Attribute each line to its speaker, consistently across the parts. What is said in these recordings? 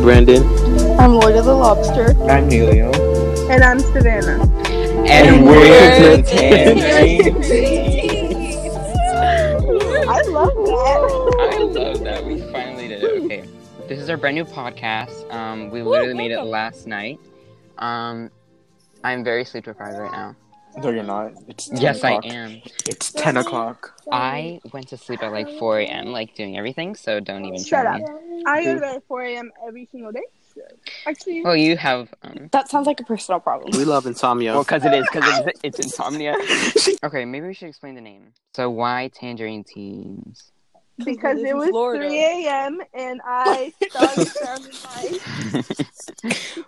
Speaker 1: Brandon.
Speaker 2: I'm Lloyd of the Lobster.
Speaker 3: I'm Neilio.
Speaker 4: And I'm Savannah.
Speaker 1: And we're the
Speaker 4: I love that.
Speaker 3: I love that we finally did it. Okay, this is our brand new podcast. Um, we literally made it last night. Um, I'm very sleep deprived right now.
Speaker 5: No, you're not. It's 10
Speaker 3: Yes, I
Speaker 5: o'clock.
Speaker 3: am.
Speaker 5: It's 10 o'clock.
Speaker 3: I went to sleep at like 4 a.m. like doing everything, so don't even
Speaker 4: Shut
Speaker 3: try
Speaker 4: up.
Speaker 3: me.
Speaker 4: I go to bed at 4 a.m. every single day.
Speaker 2: Oh,
Speaker 4: Actually,
Speaker 3: Well, you have um.
Speaker 2: That sounds like a personal problem.
Speaker 1: We love insomnia.
Speaker 3: because it is, because it's, it's insomnia. okay, maybe we should explain the name. So why tangerine teens?
Speaker 4: because
Speaker 2: This
Speaker 4: it
Speaker 2: is
Speaker 4: was
Speaker 2: Florida.
Speaker 4: 3 a.m. and I started sounding like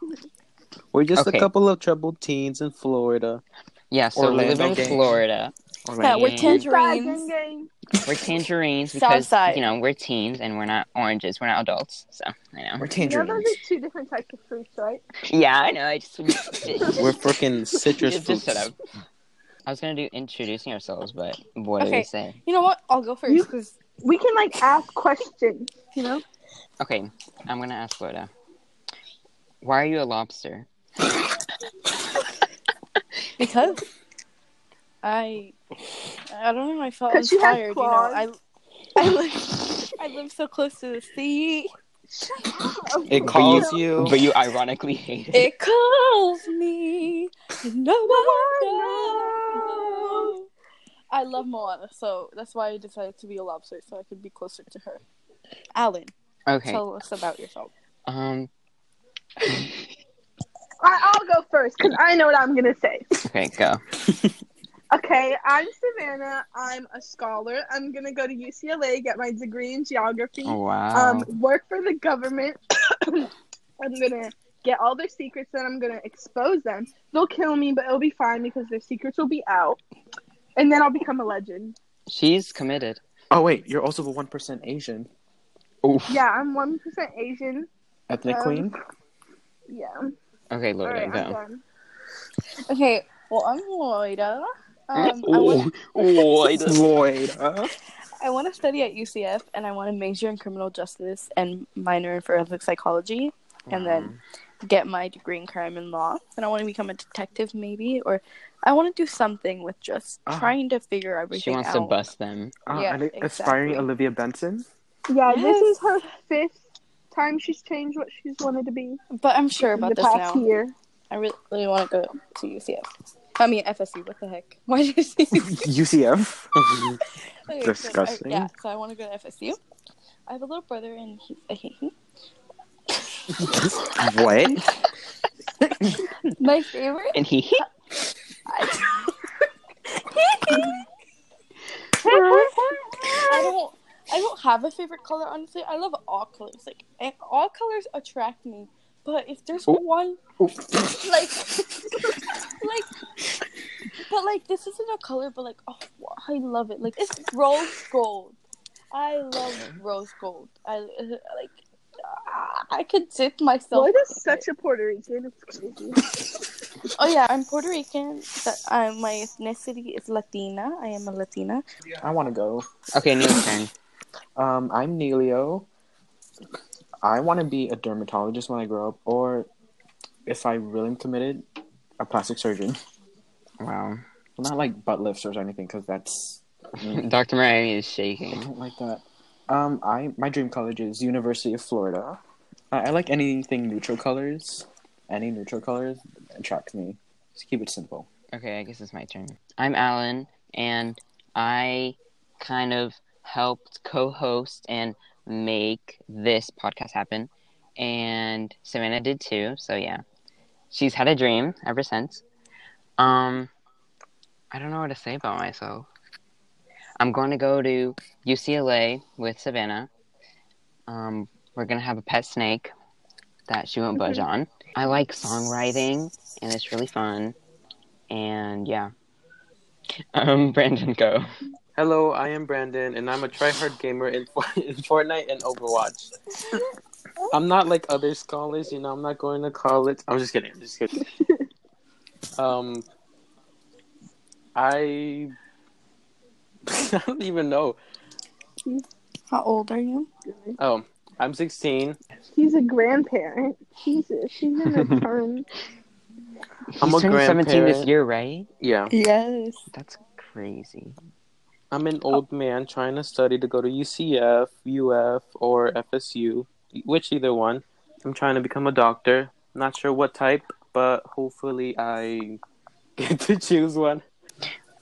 Speaker 1: We're just
Speaker 3: Okay.
Speaker 1: a couple of troubled teens in Florida.
Speaker 3: Yeah, so we
Speaker 5: Orlando
Speaker 3: live in
Speaker 5: gang.
Speaker 3: Florida.
Speaker 2: Yeah, we're
Speaker 3: And-
Speaker 2: tangerines.
Speaker 4: gang.
Speaker 3: We're tangerines
Speaker 2: South
Speaker 3: because
Speaker 2: side.
Speaker 3: you know we're teens and we're not oranges. We're not adults, so I know.
Speaker 4: You
Speaker 5: We're
Speaker 4: know those
Speaker 5: tangerines.
Speaker 4: are two different types of fruits, right?
Speaker 3: Yeah, I know. I just
Speaker 1: We're freaking citrus
Speaker 3: just, just
Speaker 1: fruits.
Speaker 3: shut up. I was gonna do introducing ourselves, but what do
Speaker 2: Okay.
Speaker 3: we say?
Speaker 2: You know what? I'll go first
Speaker 4: You-
Speaker 2: because
Speaker 4: We can like ask questions, you know?
Speaker 3: Okay, I'm gonna ask Loda. Why are you a lobster?
Speaker 2: because I I don't know. I felt
Speaker 4: 'Cause you have
Speaker 2: inspired. You, know, I
Speaker 4: claws.
Speaker 2: I live I live so close to the sea.
Speaker 1: It
Speaker 3: But
Speaker 1: calls you.
Speaker 3: But you ironically hate it.
Speaker 2: It calls me. No one knows. I love Moana, so that's why I decided to be a lobster, so I could be closer to her. Alan,
Speaker 3: Okay.
Speaker 2: tell us about yourself.
Speaker 3: Um.
Speaker 4: I- I'll go first because I know what I'm going to say.
Speaker 3: Okay, go.
Speaker 4: Okay, I'm Savannah. I'm a scholar. I'm going to go to UCLA, get my degree in geography.
Speaker 3: Wow.
Speaker 4: um, work for the government. I'm gonna get all their secrets and I'm gonna expose them. They'll kill me, but it'll be fine because their secrets will be out. And then I'll become a legend.
Speaker 3: She's committed.
Speaker 5: Oh, wait. You're also the 1% Asian.
Speaker 4: Yeah, I'm one percent Asian.
Speaker 5: Ethnic
Speaker 4: Um,
Speaker 5: queen?
Speaker 4: Yeah.
Speaker 3: Okay, Loda,
Speaker 4: Alright, I'm
Speaker 3: go.
Speaker 4: done.
Speaker 2: Okay, well, I'm Loida. Um, I want
Speaker 3: Oh, oh, I just-
Speaker 5: Lloyd. uh,
Speaker 2: I want to study at UCF and I want to major in criminal justice and minor in forensic psychology and then get my degree in crime and law. And I want to become a detective maybe or I want to do something with just
Speaker 5: Ah.
Speaker 2: trying to figure
Speaker 3: Wow.
Speaker 2: everything
Speaker 3: she wants
Speaker 2: out.
Speaker 3: to bust them.
Speaker 5: uh,
Speaker 2: Yeah,
Speaker 5: and Aspiring
Speaker 2: exactly.
Speaker 5: Olivia Benson?
Speaker 4: Yeah, this
Speaker 2: Yes.
Speaker 4: is her fifth time she's changed what she's wanted to be
Speaker 2: But I'm sure
Speaker 4: in
Speaker 2: about
Speaker 4: the
Speaker 2: this
Speaker 4: past
Speaker 2: now.
Speaker 4: year.
Speaker 2: I really, really want to go to UCF. I mean FSU. What the heck? Why did I say
Speaker 5: UCF?
Speaker 2: Okay, so I-
Speaker 5: Disgusting.
Speaker 2: yeah, so I want to go to FSU. I have a little brother and he, I hate him.
Speaker 5: what?
Speaker 2: My favorite.
Speaker 3: And he
Speaker 2: I don't. I don't have a favorite color, honestly. I love all colors. Like, and all colors attract me. But if there's
Speaker 3: Oop.
Speaker 2: one, like, like, but like, this isn't a color, but like, oh, wha- I love it. Like, it's rose gold. I love rose gold. I uh, like. ah, I could dip myself.
Speaker 4: Lloyd
Speaker 2: in
Speaker 4: is such
Speaker 2: it.
Speaker 4: a Puerto Rican. It's crazy.
Speaker 2: Oh yeah, I'm Puerto Rican. But, uh, my ethnicity is Latina. I am a Latina.
Speaker 5: I want to go.
Speaker 3: Okay, new turn.
Speaker 5: Um, I'm Neilio. I want to be a dermatologist when I grow up, or if I really am committed, a plastic surgeon.
Speaker 3: Wow.
Speaker 5: Well, not like butt lifts or anything, because that's mm,
Speaker 3: Dr. Mariah is
Speaker 5: I
Speaker 3: shaking.
Speaker 5: don't like that. Um, I my dream college is University of Florida. I, I like anything neutral colors. Any neutral colors attracts me. Just keep it simple.
Speaker 3: Okay, I guess it's my turn. I'm Alan, and I kind of helped co host and make this podcast happen. And Savannah did too, so yeah. She's had a dream ever since. Um, I don't know what to say about myself. I'm going to go to UCLA with Savannah. Um, we're going to have a pet snake that she won't budge on. I like songwriting, and it's really fun and yeah. Um, Brandon, go.
Speaker 1: Hello, I am Brandon, and I'm a tryhard gamer in, For- in Fortnite and Overwatch. I'm not like other scholars, you know. I'm not going to college. I'm just kidding. I'm just kidding. um, I I don't even know.
Speaker 2: How old are you?
Speaker 1: Oh, I'm 16.
Speaker 4: He's a grandparent. Jesus, he's in a turn.
Speaker 3: I'm
Speaker 1: I'm a
Speaker 3: turning 17 this
Speaker 1: grandparent.
Speaker 3: year, right?
Speaker 1: Yeah.
Speaker 2: Yes.
Speaker 3: That's crazy.
Speaker 1: I'm an old man trying to study to go to UCF, UF, or FSU, which either one. I'm trying to become a doctor. Not sure what type, but hopefully I get to choose one.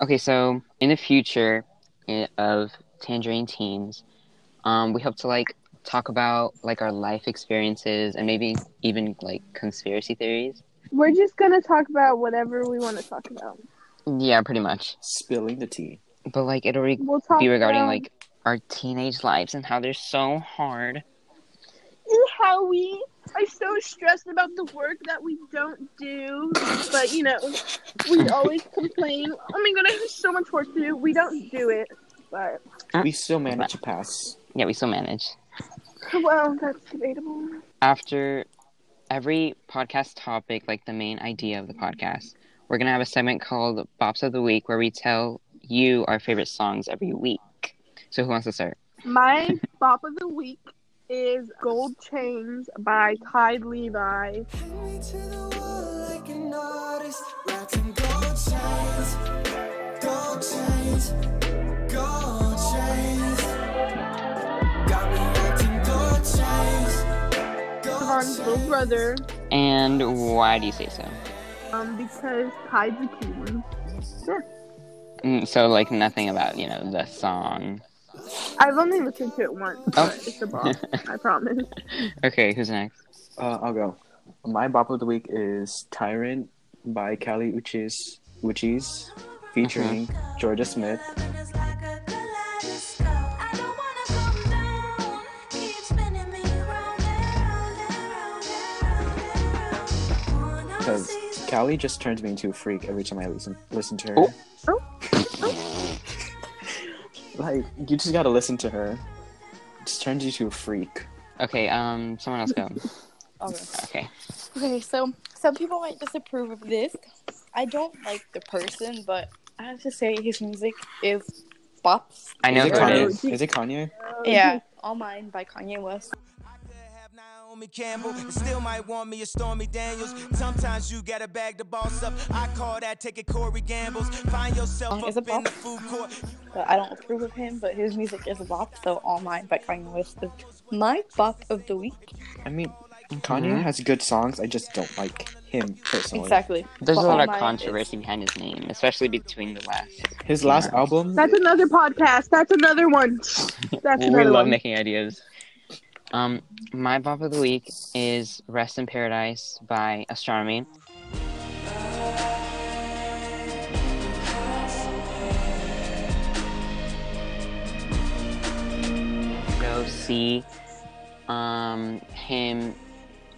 Speaker 3: Okay, so in the future i- of Tangerine Teens, um, we hope to like talk about like our life experiences and maybe even like conspiracy theories.
Speaker 4: We're just gonna talk about whatever we want to talk about.
Speaker 3: Yeah, pretty much.
Speaker 5: Spilling the tea.
Speaker 3: But like it'll re-
Speaker 4: We'll talk
Speaker 3: be regarding
Speaker 4: about
Speaker 3: like our teenage lives and how they're so hard.
Speaker 4: how we are so stressed about the work that we don't do, but you know, we always complain. Oh my god, I have so much work to do. We don't do it, but
Speaker 5: We still managed to pass.
Speaker 3: Yeah, we still manage.
Speaker 4: well, that's debatable.
Speaker 3: After every podcast topic, like the main idea of the podcast, we're gonna have a segment called Bops of the Week where we tell you our favorite songs every week. So who wants to start?
Speaker 4: My bop of the week is "Gold Chains" by Tide Levi.
Speaker 6: Pin me to the wall like an artist, rocking gold chains, gold chains, gold chains. Got me rocking gold chains, gold
Speaker 4: Devon's little
Speaker 6: chains.
Speaker 4: brother,
Speaker 3: And why do you say so?
Speaker 4: um, because Tide's a cutie.
Speaker 3: Mm, So like nothing about you know the song.
Speaker 4: I've only listened to it once,
Speaker 3: Oh.
Speaker 4: but it's a bop. I promise.
Speaker 3: Okay, who's next?
Speaker 5: Uh, I'll go. My bop of the week is Tyrant by Cali Uchis, Uchis featuring Georgia Smith. Because Callie just turns me into a freak every time I listen listen to her.
Speaker 1: Oh.
Speaker 5: Like you just gotta listen to her. Just turns you to a freak.
Speaker 3: Okay, um, someone else go.
Speaker 2: Okay.
Speaker 3: Okay,
Speaker 2: Okay, so some people might disapprove of this. I don't like the person, but I have to say his music is bops.
Speaker 3: I know
Speaker 5: is it
Speaker 3: who it
Speaker 5: Kanye?
Speaker 3: is.
Speaker 5: Is it Kanye?
Speaker 2: Yeah, All Mine by Kanye West.
Speaker 6: I could have Naomi Campbell, and still might want me a Stormy Daniels. Sometimes you gotta bag the boss up. I call that taking Corey Gambles. Find yourself
Speaker 2: Song is
Speaker 6: up
Speaker 2: a
Speaker 6: in the
Speaker 2: bop.
Speaker 6: food court.
Speaker 2: But I don't approve of him, but his music is a bop. So All Mine by Kanye West is my bop of the week.
Speaker 5: I mean, Kanye has good songs. I just don't like him personally.
Speaker 2: Exactly.
Speaker 3: There's
Speaker 5: Oh
Speaker 3: a
Speaker 2: But All
Speaker 3: lot of
Speaker 2: Mine
Speaker 3: controversy behind his name, especially between the last.
Speaker 5: His last
Speaker 3: Yeah.
Speaker 5: album.
Speaker 4: That's another podcast. That's another one. That's
Speaker 3: we
Speaker 4: another
Speaker 3: love
Speaker 4: one.
Speaker 3: making ideas. Um, my bop of the week is "Rest in Paradise" by Astronomy. Go see um him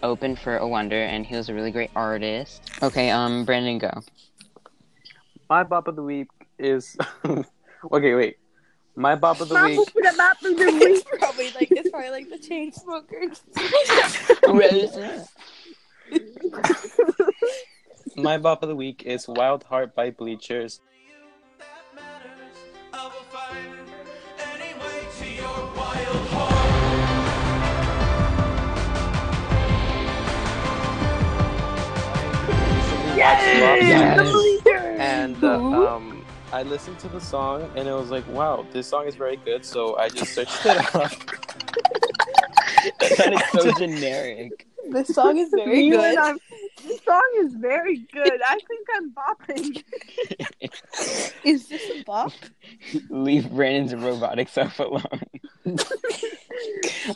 Speaker 3: open for a wonder, and he was a really great artist. Okay, um, Brandon, go.
Speaker 1: My bop of the week is. okay, wait. My bop of the
Speaker 4: Mom,
Speaker 1: week.
Speaker 4: open up, mom, open the
Speaker 2: is-
Speaker 4: week.
Speaker 2: It's probably like it's probably like the chain smokers.
Speaker 1: My bop of the week is Wild Heart by Bleachers.
Speaker 6: That matters. I will find any way to your wild heart.
Speaker 1: Love
Speaker 4: Yes,
Speaker 1: that.
Speaker 4: the
Speaker 3: Yes.
Speaker 4: bleachers.
Speaker 1: and uh, um, I listened to the song and it was like, wow, this song is very good. So I just searched it up.
Speaker 3: that is so generic.
Speaker 2: This song is very
Speaker 4: Me when
Speaker 2: good.
Speaker 4: I'm- This song is very good. I think I'm bopping.
Speaker 2: Is this a bop?
Speaker 3: Leave Brandon's robotic self alone.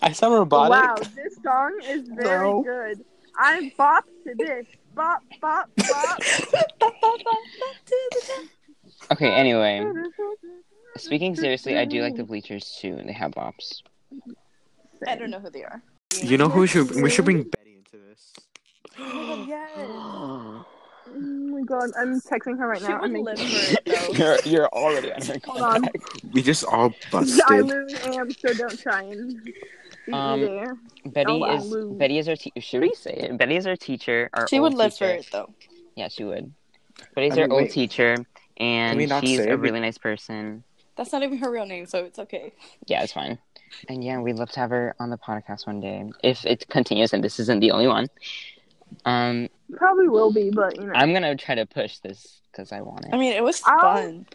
Speaker 1: I sound robotic.
Speaker 4: Wow, this song is very
Speaker 2: No.
Speaker 4: good. I'm bop to this. Bop, bop, bop.
Speaker 3: Okay, anyway. Speaking seriously, I do like the bleachers too, and they have bops.
Speaker 2: I don't know who they are.
Speaker 5: You know who we should we should bring Betty into this.
Speaker 2: yes.
Speaker 4: Oh my god, I'm texting her right
Speaker 2: She
Speaker 4: now.
Speaker 2: would
Speaker 4: I'm making-
Speaker 2: live for it though.
Speaker 3: You're you're already on her
Speaker 4: Hold on.
Speaker 5: We just all
Speaker 4: I literally am, so don't try and beat
Speaker 3: Um,
Speaker 4: me there.
Speaker 3: Betty
Speaker 4: Oh,
Speaker 3: is
Speaker 4: wow.
Speaker 3: Betty is our te- should we say it? Betty is our teacher. Our
Speaker 2: She would
Speaker 3: old
Speaker 2: live for
Speaker 3: teacher.
Speaker 2: it though.
Speaker 3: Yeah, she would. Betty's
Speaker 5: I
Speaker 3: our
Speaker 5: mean,
Speaker 3: old
Speaker 5: wait.
Speaker 3: teacher,
Speaker 5: Can we
Speaker 3: and
Speaker 5: not
Speaker 3: she's
Speaker 5: say
Speaker 3: a
Speaker 5: it?
Speaker 3: really nice person.
Speaker 2: That's not even her real name, so it's okay.
Speaker 3: Yeah, it's fine. And yeah, we'd love to have her on the podcast one day if it continues and this isn't the only one. Um,
Speaker 4: Probably will be, but you know.
Speaker 3: I'm gonna try to push this because I want it.
Speaker 2: I mean, it was
Speaker 4: I'll-
Speaker 2: fun.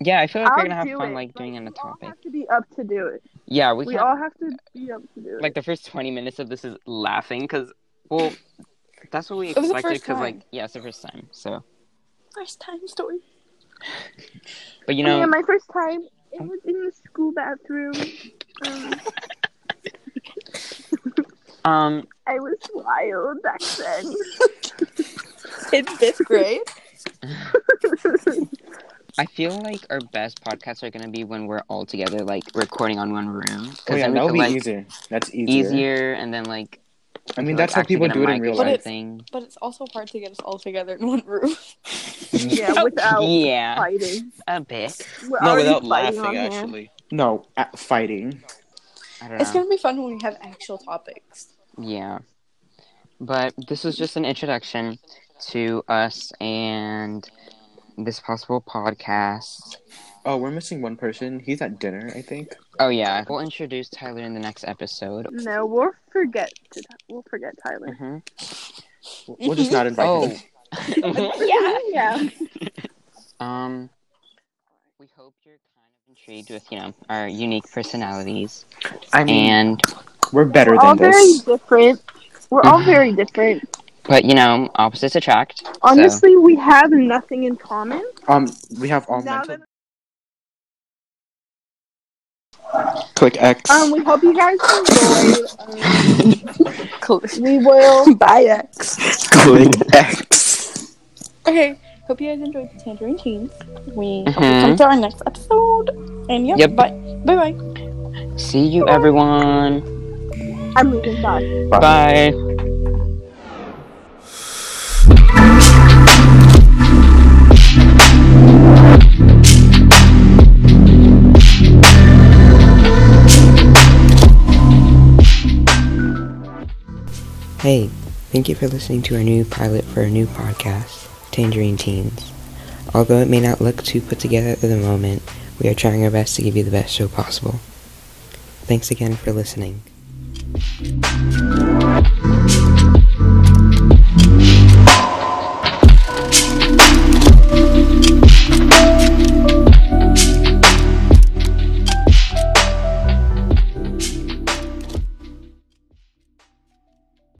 Speaker 3: yeah, I feel like
Speaker 4: I'll
Speaker 3: we're gonna have
Speaker 4: do
Speaker 3: fun
Speaker 4: it.
Speaker 3: like doing on a
Speaker 4: we all
Speaker 3: topic.
Speaker 4: have to be up to do it.
Speaker 3: Yeah, we,
Speaker 4: We,
Speaker 3: can.
Speaker 4: all have to be up to do it.
Speaker 3: Like the first 20 minutes of this is laughing because well, that's what we
Speaker 2: was the
Speaker 3: expected
Speaker 2: first
Speaker 3: because like
Speaker 2: time.
Speaker 3: yeah, it's the first time. So,
Speaker 2: First time story.
Speaker 3: but you
Speaker 4: Oh, yeah,
Speaker 3: know, Oh.
Speaker 4: my first time. It was in the school bathroom. Um,
Speaker 3: um,
Speaker 4: I was wild back then.
Speaker 2: In fifth grade.
Speaker 3: I feel like our best podcasts are gonna be when we're all together, like recording on one room. Because
Speaker 5: Oh, yeah,
Speaker 3: then we
Speaker 5: that'll
Speaker 3: can,
Speaker 5: be
Speaker 3: like,
Speaker 5: easier. That's easier.
Speaker 3: easier. and then like
Speaker 5: I
Speaker 3: we
Speaker 5: mean,
Speaker 3: can,
Speaker 5: that's
Speaker 3: like,
Speaker 5: how
Speaker 3: actually
Speaker 5: people
Speaker 3: get a
Speaker 5: do it
Speaker 3: mic
Speaker 5: in
Speaker 3: or
Speaker 5: real
Speaker 2: But
Speaker 5: life.
Speaker 2: it-
Speaker 3: something.
Speaker 2: But it's also hard to get us all together in one room.
Speaker 4: Yeah, without
Speaker 3: yeah,
Speaker 4: fighting.
Speaker 3: a bit.
Speaker 4: We're
Speaker 1: No,
Speaker 4: already
Speaker 1: without
Speaker 4: fighting
Speaker 1: laughing,
Speaker 4: on here.
Speaker 1: actually.
Speaker 5: No, at fighting.
Speaker 3: I don't know.
Speaker 2: It's gonna be fun when we have actual topics.
Speaker 3: Yeah. But this is just an introduction to us and this possible podcast.
Speaker 5: Oh, we're missing one person. He's at dinner, I think.
Speaker 3: Oh, yeah. We'll introduce Tyler in the next episode.
Speaker 4: No, we'll forget. To, we'll forget Tyler.
Speaker 3: hmm
Speaker 5: We'll we'll just not invite
Speaker 3: Oh.
Speaker 5: him.
Speaker 4: Yeah, yeah.
Speaker 3: um, we hope you're kind of intrigued with, you know, our unique personalities.
Speaker 5: I mean,
Speaker 3: And,
Speaker 5: we're better
Speaker 4: We're all
Speaker 5: than
Speaker 4: very
Speaker 5: this.
Speaker 4: different. We're all very different.
Speaker 3: but, you know, opposites attract. Mm-hmm. so-
Speaker 4: Honestly, we have nothing in common.
Speaker 5: Um, we have all
Speaker 4: Now
Speaker 5: mental. Click X.
Speaker 4: Um, we hope you guys enjoyed. Um, we will.
Speaker 2: Bye, X.
Speaker 5: Click X.
Speaker 2: Okay. Hope you guys enjoyed the Tangerine Teens. We hope you
Speaker 3: Mhm.
Speaker 2: come to our next episode. And yeah,
Speaker 3: Yep.
Speaker 2: bye. Bye bye.
Speaker 3: See you, everyone.
Speaker 4: I'm leaving. Bye.
Speaker 3: Bye.
Speaker 7: Hey, thank you for listening to our new pilot for our new podcast, Tangerine Teens. Although it may not look too put together at the moment, we are trying our best to give you the best show possible. Thanks again for listening.